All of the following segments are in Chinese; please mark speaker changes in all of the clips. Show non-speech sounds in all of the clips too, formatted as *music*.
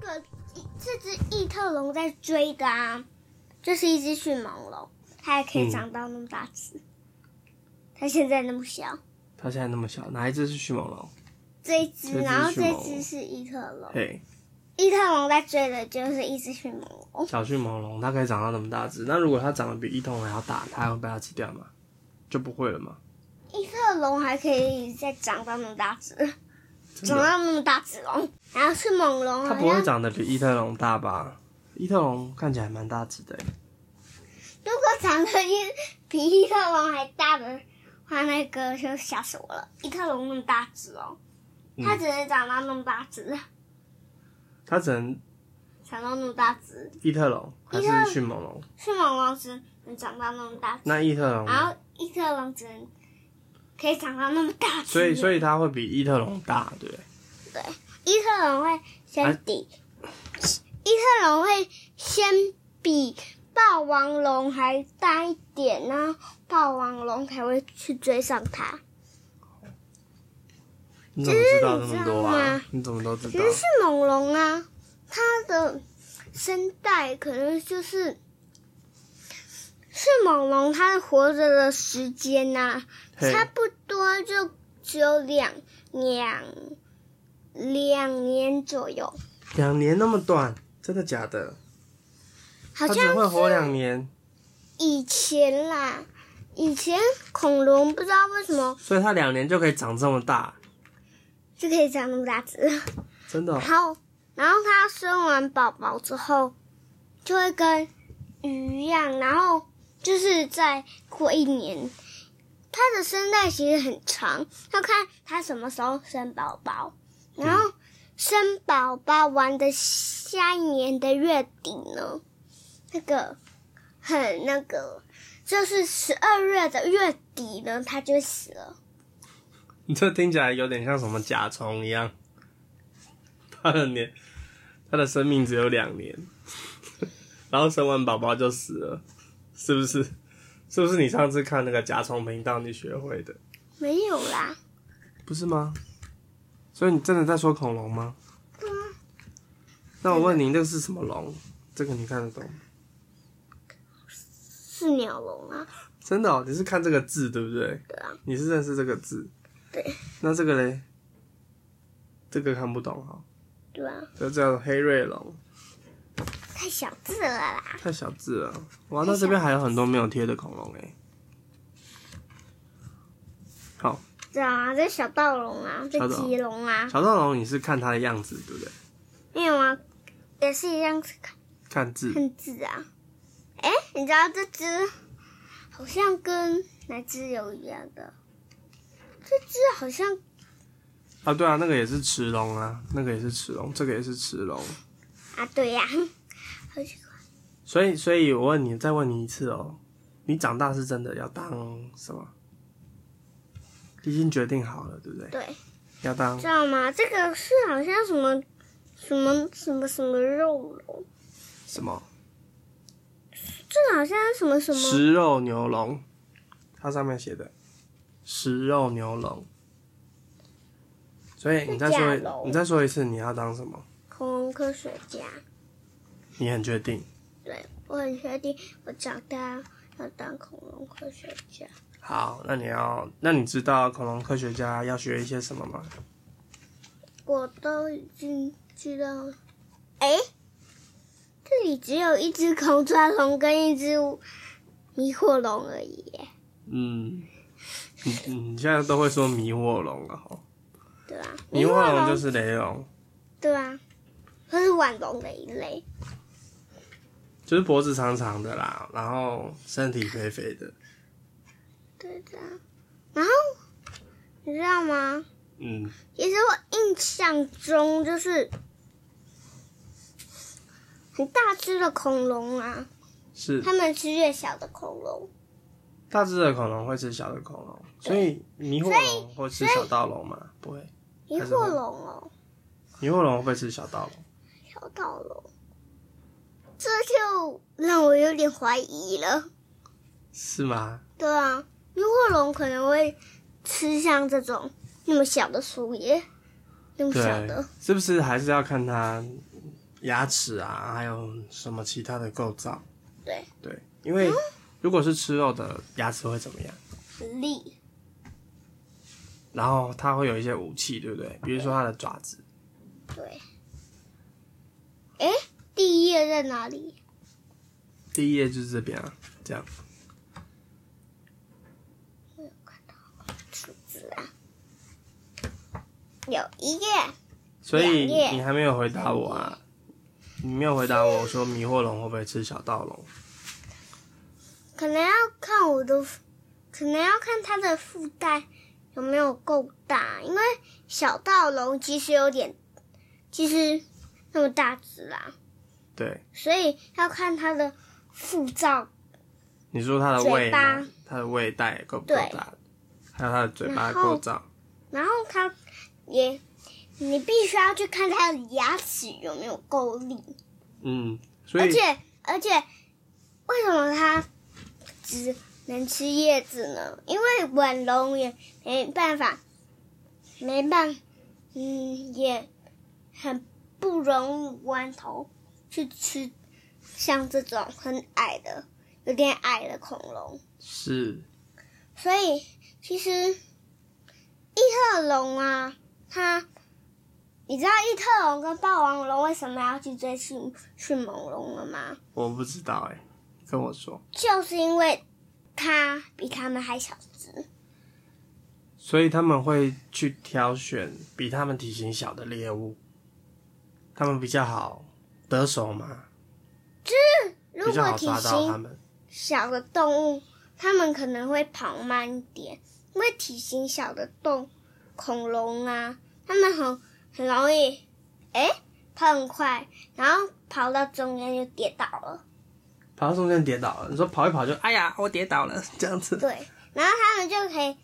Speaker 1: 个这只异特龙在追的啊，这是一只迅猛龙，它还可
Speaker 2: 嗯
Speaker 1: 以长到那么大只，它现在那么小。
Speaker 2: 它现在那么小，哪一只是迅猛龙？
Speaker 1: 这一只，
Speaker 2: 这只
Speaker 1: 然后
Speaker 2: 迅
Speaker 1: 这
Speaker 2: 猛
Speaker 1: 只
Speaker 2: 龙
Speaker 1: 是异特龙，
Speaker 2: 嘿，
Speaker 1: 异特龙在追的就是一只迅猛龙，
Speaker 2: 小迅猛龙它可以长到那么大只，那如果它长得比异头龙还要大，它还会被它吃掉吗？就不会了吗？
Speaker 1: 异特龙还可以再长到那么大只，
Speaker 2: 真
Speaker 1: 长
Speaker 2: 的
Speaker 1: 到那么大只龙，然后迅猛龙
Speaker 2: 它
Speaker 1: 好
Speaker 2: 不会
Speaker 1: 像
Speaker 2: 长得比异特龙大吧？异特龙看起来蛮大只的欸，
Speaker 1: 如果长得一比异特龙还大的话，那个就吓死我了。异特龙那么大只哦，
Speaker 2: 嗯
Speaker 1: 它只能长到那么大只，
Speaker 2: 它只能
Speaker 1: 长到那么大只。
Speaker 2: 异特龙还
Speaker 1: 异特
Speaker 2: 是迅猛龙？
Speaker 1: 迅猛龙只能长到那么大只，
Speaker 2: 那异特龙呢，
Speaker 1: 然后异特龙只能可以长到那么大只。
Speaker 2: 所以所
Speaker 1: 以
Speaker 2: 以它会比异特龙大，对不对？
Speaker 1: 异特龙会
Speaker 2: 哎
Speaker 1: 先比，异特龙会先比霸王龙还大一点呢，霸王龙才会去追上它。
Speaker 2: 你怎么知道
Speaker 1: 这
Speaker 2: 这
Speaker 1: 是你
Speaker 2: 么多啊
Speaker 1: 知道吗？
Speaker 2: 你怎么都知
Speaker 1: 其
Speaker 2: 道
Speaker 1: 实？是猛龙啊，它的声带可能就是是猛龙，它活着的时间呐、
Speaker 2: 嘿
Speaker 1: 差不多就只有两两两年左右，
Speaker 2: 两年那么短，真的假的？
Speaker 1: 好
Speaker 2: 它
Speaker 1: 像
Speaker 2: 只会
Speaker 1: 是
Speaker 2: 活两年，
Speaker 1: 以前啦，以前恐龙不知道为什么
Speaker 2: 所以它两年就可以长这么大，
Speaker 1: 就可以长那么大只。
Speaker 2: 真的哦、
Speaker 1: 然后，然后它生完宝宝之后，就会跟鱼一样，然后就是再过一年，它的声带其实很长，要看它什么时候生宝宝，然后生宝宝完的下一年的月底呢，那个很那个，就是十二月的月底呢，它就死了。
Speaker 2: 你这听起来有点像什么甲虫一样，它的年，它的生命只有两年，然后生完宝宝就死了，是不是？是不是你上次看那个甲虫频道你学会的，
Speaker 1: 没有啦，
Speaker 2: 不是吗？所以你真的在说恐龙吗？那我问你，那个是什么龙？这个你看得懂？
Speaker 1: 是鸟笼啊，
Speaker 2: 真的、哦，你是看这个字对不对？
Speaker 1: 对啊，
Speaker 2: 你是认识这个字？
Speaker 1: 对。
Speaker 2: 那这个嘞？这个看不懂哈、
Speaker 1: 对啊，
Speaker 2: 这叫黑瑞龙。
Speaker 1: 太小字了啦。
Speaker 2: 太小只了，哇！那这边还有很多没有贴的恐龙哎、好，
Speaker 1: 对啊，这小盗龙啊，这
Speaker 2: 小盗
Speaker 1: 棘龙啊，
Speaker 2: 小盗龙你是看它的样子对不对？
Speaker 1: 没有啊，也是一样是看
Speaker 2: 看字，
Speaker 1: 看字啊。哎，你知道这只好像跟哪只有一样的？这只好像
Speaker 2: 啊，对啊，那个也是驰龙啊，那个也是驰龙，这个也是驰龙。
Speaker 1: 啊，对呀、 *laughs* 好像
Speaker 2: 所以，所以我问你，再问你一次哦，你长大是真的要当什么？已经决定好了，对不对？
Speaker 1: 对，
Speaker 2: 要当
Speaker 1: 知道吗？这个是好像什么什么什么什么肉龙，
Speaker 2: 什么？
Speaker 1: 这好像什么什么
Speaker 2: 食肉牛龙，它上面写的食肉牛龙。所以你再说
Speaker 1: 是甲
Speaker 2: 一，
Speaker 1: 龙
Speaker 2: 你再说一次，你要当什么？
Speaker 1: 恐龙科学家。
Speaker 2: 你很确定？
Speaker 1: 对，我很确定，我长大要当恐龙科学家。
Speaker 2: 好，那你要，那你知道恐龙科学家要学一些什么吗？
Speaker 1: 我都已经知道了。哎，这里只有一只恐抓龙跟一只迷惑龙而已耶，
Speaker 2: 嗯，你你现在都会说迷惑龙了吼，
Speaker 1: 对吧？
Speaker 2: 迷惑龙就是雷龙，
Speaker 1: 对吧？它是腕龙的一类，
Speaker 2: 就是脖子长长的啦，然后身体肥肥的。
Speaker 1: 对的。然后你知道吗？
Speaker 2: 嗯，
Speaker 1: 其实我印象中就是很大只的恐龙啊，
Speaker 2: 是
Speaker 1: 它们吃越小的恐龙。
Speaker 2: 大只的恐龙会吃小的恐龙，所以迷惑龙会吃小盗龙吗？不会。
Speaker 1: 迷
Speaker 2: 还是会
Speaker 1: 惑龙哦，
Speaker 2: 迷惑龙会不会吃小盗龙？
Speaker 1: 小盗龙，这就让我有点怀疑了。
Speaker 2: 是吗？
Speaker 1: 对啊，迷惑龙可能会吃像这种那么小的树叶，那么小
Speaker 2: 对
Speaker 1: 的，
Speaker 2: 是不是还是要看它牙齿啊，还有什么其他的构造。
Speaker 1: 对，
Speaker 2: 对，因为如果是吃肉的，牙齿会怎么样？
Speaker 1: 很利，
Speaker 2: 然后它会有一些武器，对不对？比如说它的爪子，
Speaker 1: 对。哎，第一页在哪里？
Speaker 2: 第一页就是这边啊，这样。
Speaker 1: 我有看到数字啊，有一页，
Speaker 2: 所以
Speaker 1: 两页
Speaker 2: 你还没有回答我啊？你没有回答我，我说迷惑龙会不会吃小盗龙？
Speaker 1: 可能要看我的，可能要看它的腹带有没有够大，因为小盗龙其实有点，其实那么大只啦，
Speaker 2: 对，
Speaker 1: 所以要看它的腹罩，
Speaker 2: 你说它的胃
Speaker 1: 嘴
Speaker 2: 吗
Speaker 1: 巴？
Speaker 2: 它的胃袋够不够
Speaker 1: 对
Speaker 2: 大？还有它的嘴巴
Speaker 1: 然后
Speaker 2: 构造，
Speaker 1: 然后它也，你必须要去看它的牙齿有没有够力，
Speaker 2: 嗯，所
Speaker 1: 而
Speaker 2: 以
Speaker 1: 且而且为什么它只能吃叶子呢？因为吻龙也没办法，没办，嗯，也很不容易弯头去吃像这种很矮的、有点矮的恐龙。
Speaker 2: 是
Speaker 1: 所以其实异特龙啊，它，你知道异特龙跟霸王龙为什么要去追迅迅猛龙了吗？
Speaker 2: 我不知道哎、跟我说。
Speaker 1: 就是因为它比它们还小只，
Speaker 2: 所以他们会去挑选比他们体型小的猎物，他们比较好得手嘛，
Speaker 1: 就是
Speaker 2: 比
Speaker 1: 如
Speaker 2: 较
Speaker 1: 果
Speaker 2: 好
Speaker 1: 体
Speaker 2: 抓到他
Speaker 1: 型
Speaker 2: 们。
Speaker 1: 小的动物，它们可能会跑慢一点，因为体型小的动恐龙啊，它们很很容易，哎、跑很快，然后跑到中间就跌倒了。
Speaker 2: 跑到中间跌倒了，你说跑一跑就哎呀，我跌倒了这样子。
Speaker 1: 对，然后他们就可以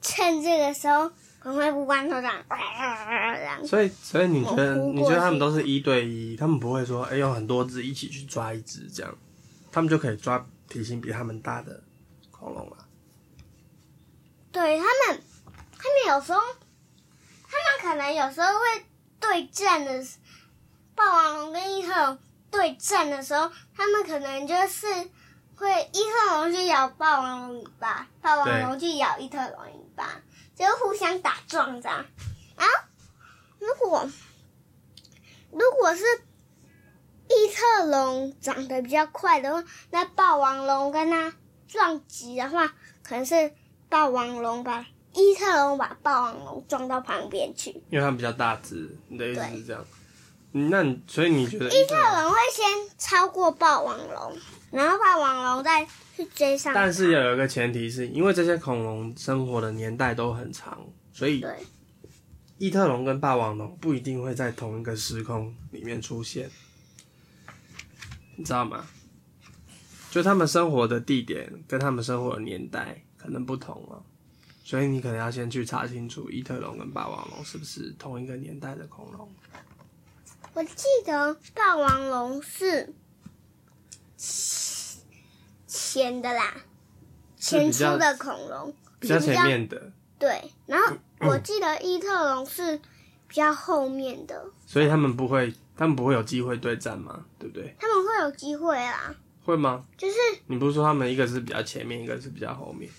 Speaker 1: 趁这个时候赶快弯头这样，呃这样
Speaker 2: 所以，所以你觉得
Speaker 1: 我哭过
Speaker 2: 你觉得他们都是一对一，他们不会说哎、有很多只一起去抓一只这样，他们就可以抓体型比他们大的恐龙了。
Speaker 1: 对他们，他们有时候，他们可能有时候会对战的时，霸王龙跟异特龙对战的时候，他们可能就是会异特龙去咬霸王龙尾巴，霸王龙去咬异特龙尾巴，就互相打撞这样。然后，如果如果是异特龙长得比较快的话，那霸王龙跟它撞击的话，可能是霸王龙把异特龙把霸王龙撞到旁边去。
Speaker 2: 因为他们比较大只，你的意思
Speaker 1: 对
Speaker 2: 是这样？嗯那你所以你觉得
Speaker 1: 异特龙会先超过霸王龙，然后霸王龙再去追上它。
Speaker 2: 但是有一个前提是，因为这些恐龙生活的年代都很长，所以
Speaker 1: 对
Speaker 2: 异特龙跟霸王龙不一定会在同一个时空里面出现，你知道吗？就他们生活的地点跟他们生活的年代可能不同哦，所以你可能要先去查清楚异特龙跟霸王龙是不是同一个年代的恐龙。
Speaker 1: 我记得霸王龙是前的啦，
Speaker 2: 是
Speaker 1: 前
Speaker 2: 比
Speaker 1: 出
Speaker 2: 较
Speaker 1: 的恐龙
Speaker 2: 比较前面的，
Speaker 1: 对，然后我记得异特龙是比较后面的，
Speaker 2: 所以他们不会，他们不会有机会对战嘛，对不对？
Speaker 1: 他们会有机会啦，
Speaker 2: 会吗？
Speaker 1: 就是
Speaker 2: 你不是说他们一个是比较前面，一个是比较后面？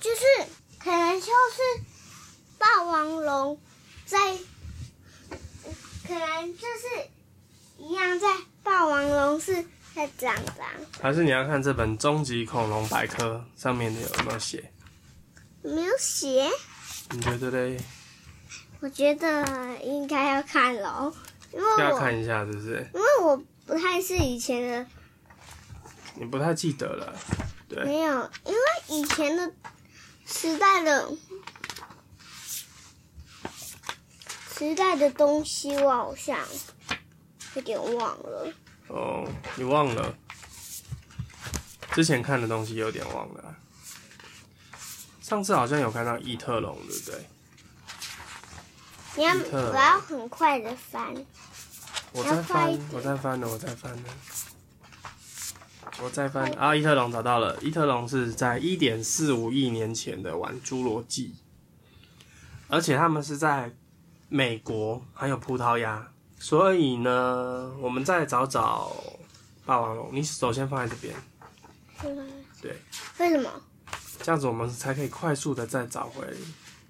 Speaker 1: 就是可能就是霸王龙在，可能就是一样在霸王龙是在长长，
Speaker 2: 还是你要看这本《终极恐龙百科》上面的有没有写？
Speaker 1: 没有写，
Speaker 2: 你觉得嘞？
Speaker 1: 我觉得应该要看喽，因为
Speaker 2: 要
Speaker 1: 我
Speaker 2: 看一下，是不是？
Speaker 1: 因为我不太是以前的，
Speaker 2: 你不太记得了，对，
Speaker 1: 没有，因为以前的时代的时代的东西，我好像有点忘了。
Speaker 2: 哦，你忘了，之前看的东西有点忘了啊。上次好像有看到异特龙，对不对？
Speaker 1: 你要
Speaker 2: 比特
Speaker 1: 我要很快的翻，
Speaker 2: 我在翻
Speaker 1: 要快一，点
Speaker 2: 我在翻呢，我在翻呢，我在翻啊！异特龙找到了，异特龙是在一点四五亿年前的玩侏罗纪，而且他们是在美国还有葡萄牙所以呢，我们再找找霸王龙。你首先放在这边，对，
Speaker 1: 为什么？
Speaker 2: 这样子我们才可以快速的再找回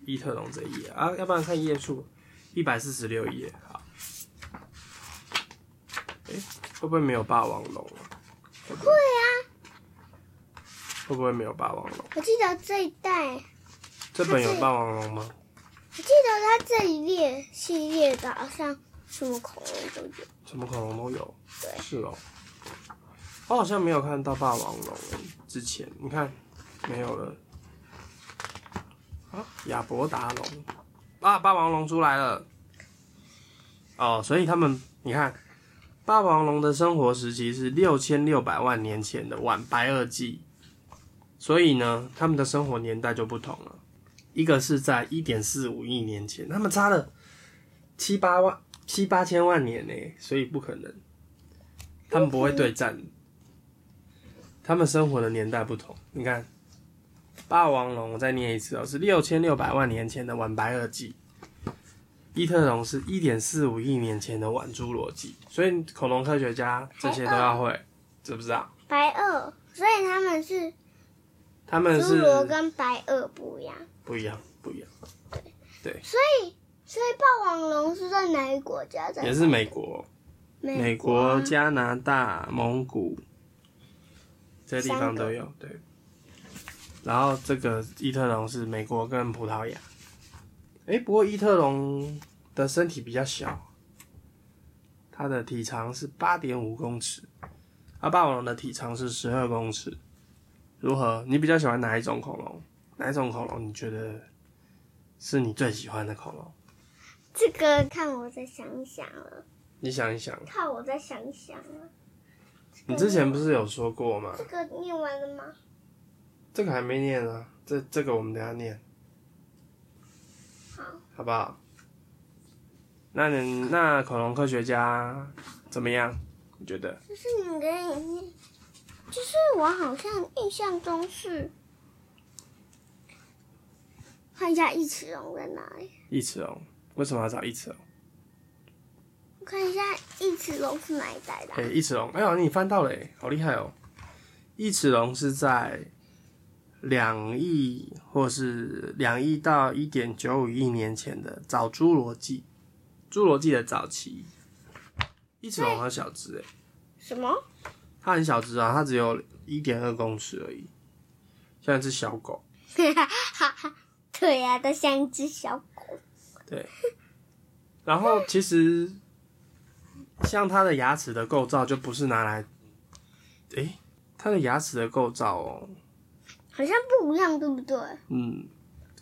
Speaker 2: 伊特龙这一页啊，要不然看页数，一百四十六页，好。诶，会不会没有霸王龙啊？
Speaker 1: 会啊，
Speaker 2: 会不会没有霸王龙？
Speaker 1: 我记得这一代，我
Speaker 2: 这本有霸王龙吗？
Speaker 1: 记得它这一列系列的好像什么恐龙都有。
Speaker 2: 什么恐龙都有。
Speaker 1: 对
Speaker 2: 是哦。我好像没有看到霸王龙诶之前，你看没有了。啊，亚伯达龙，啊，霸王龙出来了。哦，所以他们，你看，霸王龙的生活时期是六千六百万年前的晚白垩纪，所以呢，他们的生活年代就不同了。一个是在一点四五亿年前，他们差了七八万七八千万年呢、所以不可能，他们不会对战，他们生活的年代不同。你看，霸王龙，我再念一次哦、是六千六百万年前的晚白垩纪，伊特龙是一点四五亿年前的晚侏罗纪，所以恐龙科学家这些都要会，知不知道？
Speaker 1: 白垩，所以他们是
Speaker 2: 他们
Speaker 1: 侏
Speaker 2: 是
Speaker 1: 罗跟白垩不一样，
Speaker 2: 不一样，不一样，
Speaker 1: 所以所以霸王龙是在哪个国家在？
Speaker 2: 也是美国、哦
Speaker 1: 美
Speaker 2: 美
Speaker 1: 国
Speaker 2: 国、
Speaker 1: 啊
Speaker 2: 加拿大、蒙古这些地方都有，对。然后这个伊特龙是美国跟葡萄牙，诶，不过伊特龙的身体比较小，它的体长是八点五公尺，而霸王龙的体长是十二公尺。如何？你比较喜欢哪一种恐龙？哪一种恐龙你觉得是你最喜欢的恐龙？
Speaker 1: 这个看我再想想了，
Speaker 2: 你想一想，
Speaker 1: 看我再想想了。
Speaker 2: 你之前不是有说过吗？
Speaker 1: 这个念完了吗？
Speaker 2: 这个还没念啊，这这个我们等一下念，
Speaker 1: 好，
Speaker 2: 好不好？那你那恐龙科学家怎么样？你觉得？
Speaker 1: 就是你给你念，就是我好像印象中是，看一下异齿龙在哪里，
Speaker 2: 异齿龙为什么要找异齿龙？
Speaker 1: 我看一下异齿龙是哪一代的啊、
Speaker 2: 哎、异齿龙，哎呦，你翻到了、哎，好厉害哦！异齿龙是在两亿或是两亿到一点九五亿年前的早侏罗纪，侏罗纪的早期。异齿龙很小只、哎，
Speaker 1: 什么？
Speaker 2: 它很小只啊，它只有一点二公尺而已，像一只小狗。
Speaker 1: 对呀、它像一只小狗。
Speaker 2: 然后其实像它的牙齿的构造就不是拿来，诶、它的牙齿的构造哦，
Speaker 1: 好像不一样，对不对？
Speaker 2: 嗯，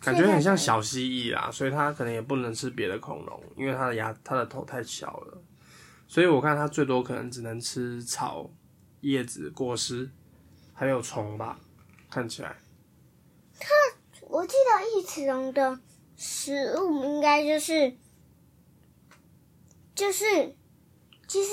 Speaker 2: 感觉很像小蜥蜴啦，所以它可能也不能吃别的恐龙，因为它的牙它的头太小了，所以我看它最多可能只能吃草、叶子、果实，还有虫吧，看起来。
Speaker 1: 我记得异齿龙的食物应该就是，就是，其实，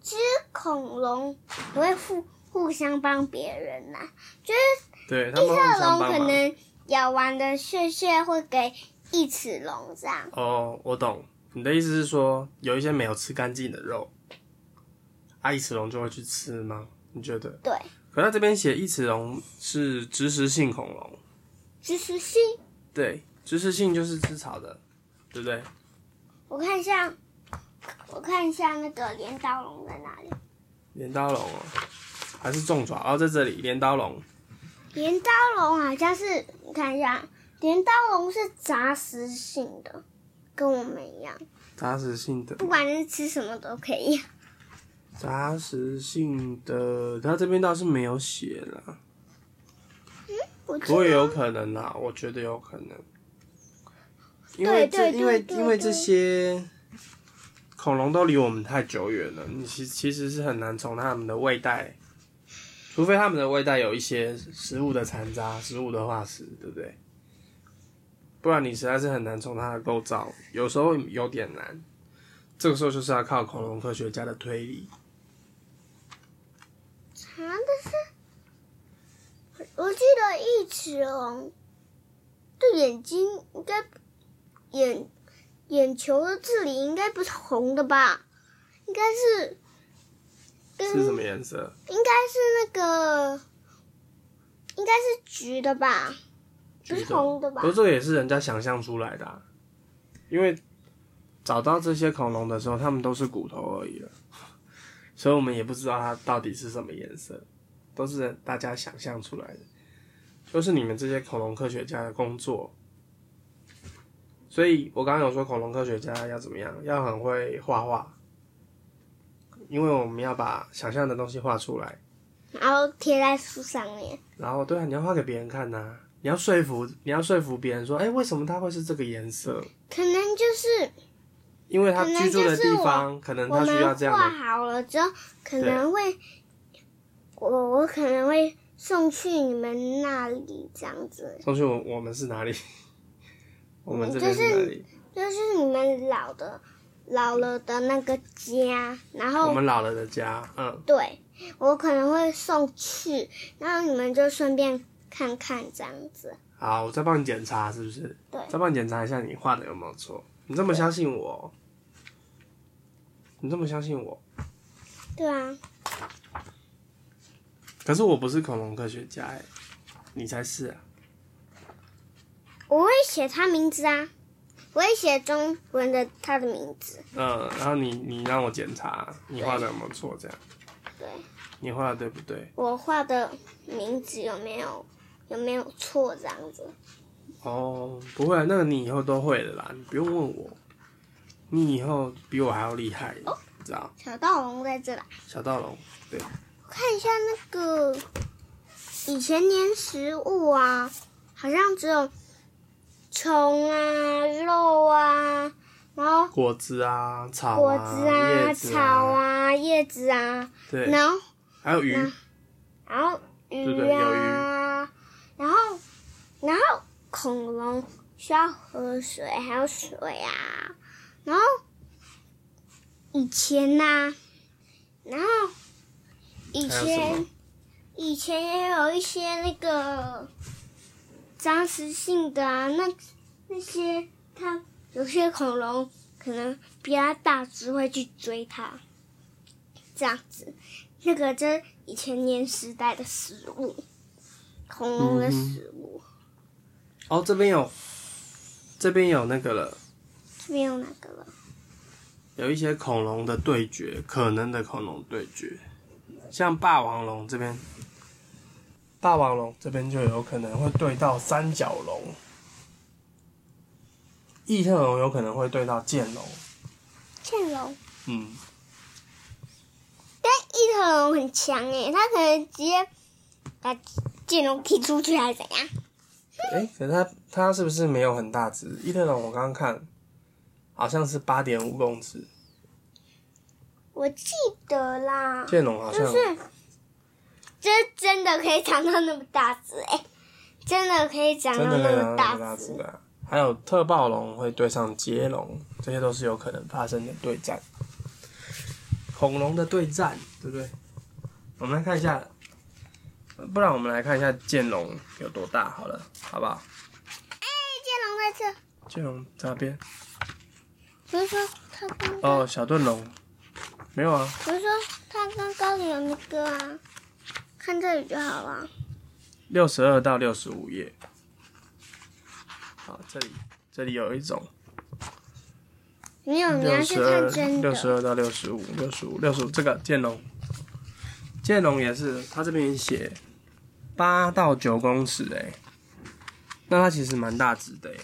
Speaker 1: 其实恐龙不会互互相帮别人呐、就是
Speaker 2: 对他
Speaker 1: 异
Speaker 2: 们互
Speaker 1: 色
Speaker 2: 相
Speaker 1: 龙
Speaker 2: 帮
Speaker 1: 可
Speaker 2: 忙。
Speaker 1: 能咬完的血血会给异齿龙这样。
Speaker 2: 哦，我懂你的意思是说，有一些没有吃干净的肉，啊，异齿龙就会去吃吗？你觉得？
Speaker 1: 对，
Speaker 2: 可它这边写异齿龙是植食性恐龙，
Speaker 1: 其实是
Speaker 2: 对，植食性就是吃草的，对不对？
Speaker 1: 我看一下，我看一下那个镰刀龙在哪里？
Speaker 2: 镰刀龙哦，还是重爪哦，在这里镰刀龙，
Speaker 1: 镰刀龙好像是，你看一下，镰刀龙是杂食性的，跟我们一样，
Speaker 2: 杂食性的
Speaker 1: 不管是吃什么都可以。
Speaker 2: 杂食性的，它这边倒是没有写啦，
Speaker 1: 我
Speaker 2: 不过也
Speaker 1: 知
Speaker 2: 有
Speaker 1: 道，
Speaker 2: 可能啦，我觉得有可能，因
Speaker 1: 对
Speaker 2: 为
Speaker 1: 对
Speaker 2: 这
Speaker 1: 对
Speaker 2: 因为
Speaker 1: 对
Speaker 2: 因为
Speaker 1: 对
Speaker 2: 这些恐龙都离我们太久远了，你其其实是很难从它们的胃袋，除非它们的胃袋有一些食物的残渣、食物的化石，对不对？不然你实在是很难从它的构造，有时候有点难。这个时候就是要靠恐龙科学家的推理。
Speaker 1: 啊，但是我记得异齿龙的眼睛应该眼眼球的这里应该不是红的吧？应该是跟
Speaker 2: 是什么颜色？
Speaker 1: 应该是那个，应该是橘的吧？不是红的吧
Speaker 2: 不？过这个也是人家想象出来的、啊，因为找到这些恐龙的时候，它们都是骨头而已了，所以我们也不知道它到底是什么颜色，都是大家想象出来的，就是你们这些恐龙科学家的工作。所以我刚刚有说恐龙科学家要怎么样，要很会画画，因为我们要把想象的东西画出来。
Speaker 1: 然后贴在树上面。
Speaker 2: 然后对啊，你要画给别人看呐、你要说服你要说服别人说，哎、为什么它会是这个颜色？
Speaker 1: 可能就是
Speaker 2: 因为它居住的地方，可能
Speaker 1: 我
Speaker 2: 它需要
Speaker 1: 们
Speaker 2: 这样
Speaker 1: 画
Speaker 2: 的。
Speaker 1: 好了之后，可能会我我可能会送去你们那里这样子，
Speaker 2: 同学，我我们是哪里？我们这边
Speaker 1: 就是
Speaker 2: 是哪里？
Speaker 1: 就是你们老的老了的那个家，然后
Speaker 2: 我们老了的家，嗯，
Speaker 1: 对我可能会送去，然后你们就顺便看看这样子。
Speaker 2: 好，我再帮你检查，是不是？
Speaker 1: 对
Speaker 2: 再帮你检查一下你画的有没有错。你这么相信我？你这么相信我？
Speaker 1: 对啊，
Speaker 2: 可是我不是恐龙科学家、哎，你才是啊！
Speaker 1: 我会写他名字啊，我会写中文的他的名字。
Speaker 2: 嗯，然后你你让我检查你画的有没有错，这样
Speaker 1: 对
Speaker 2: 你画的对不对？
Speaker 1: 我画的名字有没有有没有错这样子？
Speaker 2: 哦，不会啊，那个你以后都会的啦，你不用问我，你以后比我还要厉害，
Speaker 1: 哦
Speaker 2: 你知道？
Speaker 1: 小盗龙在这啦，
Speaker 2: 小盗龙，对，
Speaker 1: 我看一下那个以前年食物啊，好像只有虫啊、肉啊，然后
Speaker 2: 果子啊，草
Speaker 1: 果
Speaker 2: 啊，
Speaker 1: 子啊、
Speaker 2: 叶子
Speaker 1: 草，啊、叶子啊，
Speaker 2: 对，
Speaker 1: 然后
Speaker 2: 还有鱼，
Speaker 1: 然后
Speaker 2: 对
Speaker 1: 鱼
Speaker 2: 对有
Speaker 1: 啊，然后然后恐龙需要喝水，还有水啊，然后以前呐、然后以
Speaker 2: 还有什
Speaker 1: 前
Speaker 2: 么
Speaker 1: 以前也有一些那个杂食性的啊，那那些它有些恐龙可能比它大只会去追它，这样子。那个就是以前年时代的食物，恐龙的食物。
Speaker 2: 哦，这边有，这边有那个了，
Speaker 1: 这边有哪个了？
Speaker 2: 有一些恐龙的对决，可能的恐龙对决，像霸王龙这边，霸王龙这边就有可能会对到三角龙，异特龙有可能会对到剑龙，
Speaker 1: 剑龙，
Speaker 2: 嗯。
Speaker 1: 但异特龙很强诶，它可能直接把剑龙踢出去还是怎样？
Speaker 2: 哎、可是它它是不是没有很大只？伊特龙我刚刚看，好像是八点五公尺，
Speaker 1: 我记得啦，
Speaker 2: 剑龙好像
Speaker 1: 就是，这真的可以长到那么大只诶，真的可以长
Speaker 2: 真
Speaker 1: 到
Speaker 2: 的没有
Speaker 1: 那
Speaker 2: 那
Speaker 1: 么
Speaker 2: 么大
Speaker 1: 大
Speaker 2: 只
Speaker 1: 只。
Speaker 2: 啊。还有特暴龙会对上捷龙，这些都是有可能发生的对战。恐龙的对战，对不对？我们来看一下，不然我们来看一下剑龙有多大好了，好不好？
Speaker 1: 哎，剑龙在
Speaker 2: 剑龙在那边
Speaker 1: 这，不是说它刚刚，
Speaker 2: 哦，小盾龙没有啊？
Speaker 1: 不是说它刚刚有那个啊，看这里就好了。
Speaker 2: 六十二到六十五页。好，这里这里有一种
Speaker 1: 没有，你
Speaker 2: 六
Speaker 1: 要去
Speaker 2: 十
Speaker 1: 看
Speaker 2: 二、
Speaker 1: 真
Speaker 2: 六十
Speaker 1: 的。
Speaker 2: 二到六十五、六十五、六十五，这个剑龙，剑龙也是，它这边写八到九公尺哎、那它其实蛮大只的哎、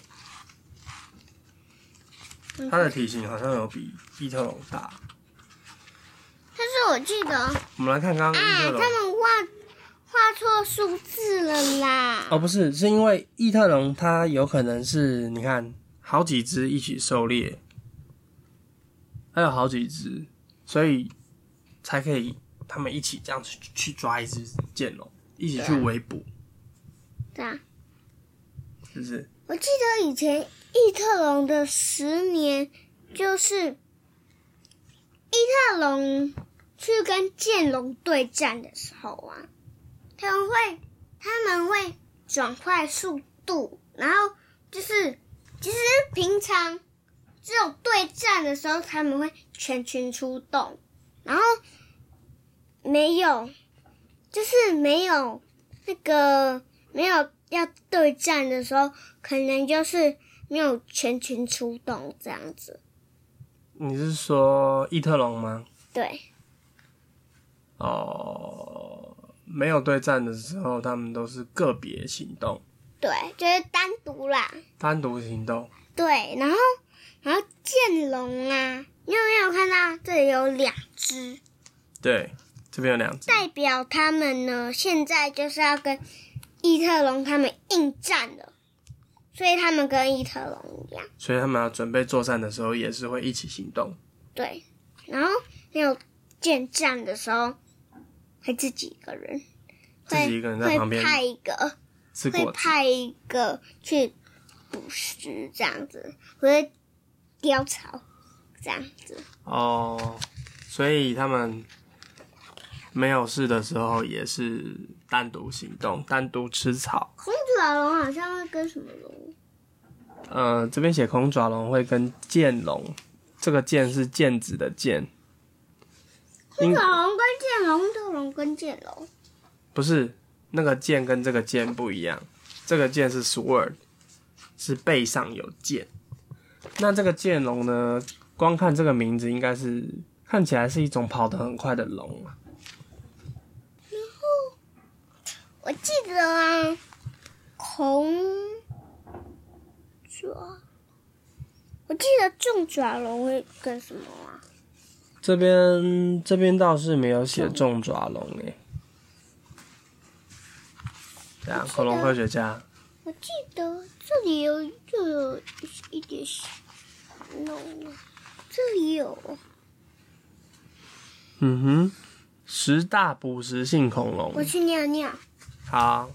Speaker 1: 嗯
Speaker 2: 它的体型好像有比异特龙大。
Speaker 1: 但是我记得啊，
Speaker 2: 我们来看刚刚异
Speaker 1: 他
Speaker 2: 特龙。
Speaker 1: 们画画错数字了啦。
Speaker 2: 哦，不是，是因为异特龙它有可能是，你看好几只一起狩猎，还有好几只，所以才可以他们一起这样去去抓一只剑龙，一起去围捕，
Speaker 1: 对啊，
Speaker 2: 是不是？
Speaker 1: 我记得以前异特龙的十年就是异特龙去跟剑龙对战的时候啊，他们会他们会转快速度，然后就是其实平常。这种对战的时候，他们会全群出动，然后没有，就是没有那个没有要对战的时候，可能就是没有全群出动这样子。
Speaker 2: 你是说异特龙吗？
Speaker 1: 对，
Speaker 2: 哦，没有对战的时候，他们都是个别行动，
Speaker 1: 对，就是单独啦。
Speaker 2: 单独行动。
Speaker 1: 对，然后然后剑龙啊，你有没有看到这里有两只？
Speaker 2: 对，这边有两只。
Speaker 1: 代表他们呢，现在就是要跟异特龙他们应战了，所以他们跟异特龙一样，
Speaker 2: 所以他们要准备作战的时候，也是会一起行动。
Speaker 1: 对。然后没有见战的时候，会自己一个人，
Speaker 2: 自己一个人在
Speaker 1: 会
Speaker 2: 旁边
Speaker 1: 会派一个，
Speaker 2: 吃
Speaker 1: 会
Speaker 2: 果子，
Speaker 1: 派一个去捕食这样子，或者雕巢这样子，
Speaker 2: 哦，所以他们没有事的时候也是单独行动，单独吃草。
Speaker 1: 红爪龙好像会跟什么龙？
Speaker 2: 呃，这边写空爪龙会跟剑龙，这个剑是剑子的剑，
Speaker 1: 红爪龙跟剑龙，红爪龙跟剑龙。
Speaker 2: 不是那个剑跟这个剑不一样，这个剑是 sword，是背上有剑。那这个剑龙呢，光看这个名字应该是看起来是一种跑得很快的龙啊。
Speaker 1: 我记得啊，红爪，我记得重爪龙会跟什么啊？
Speaker 2: 这边这边倒是没有写重爪龙诶、这样，啊恐龙科学家
Speaker 1: 我记得这里有就有一点弄啊，这里有
Speaker 2: 嗯哼，十大捕食性恐龙。
Speaker 1: 我去尿尿。
Speaker 2: 好，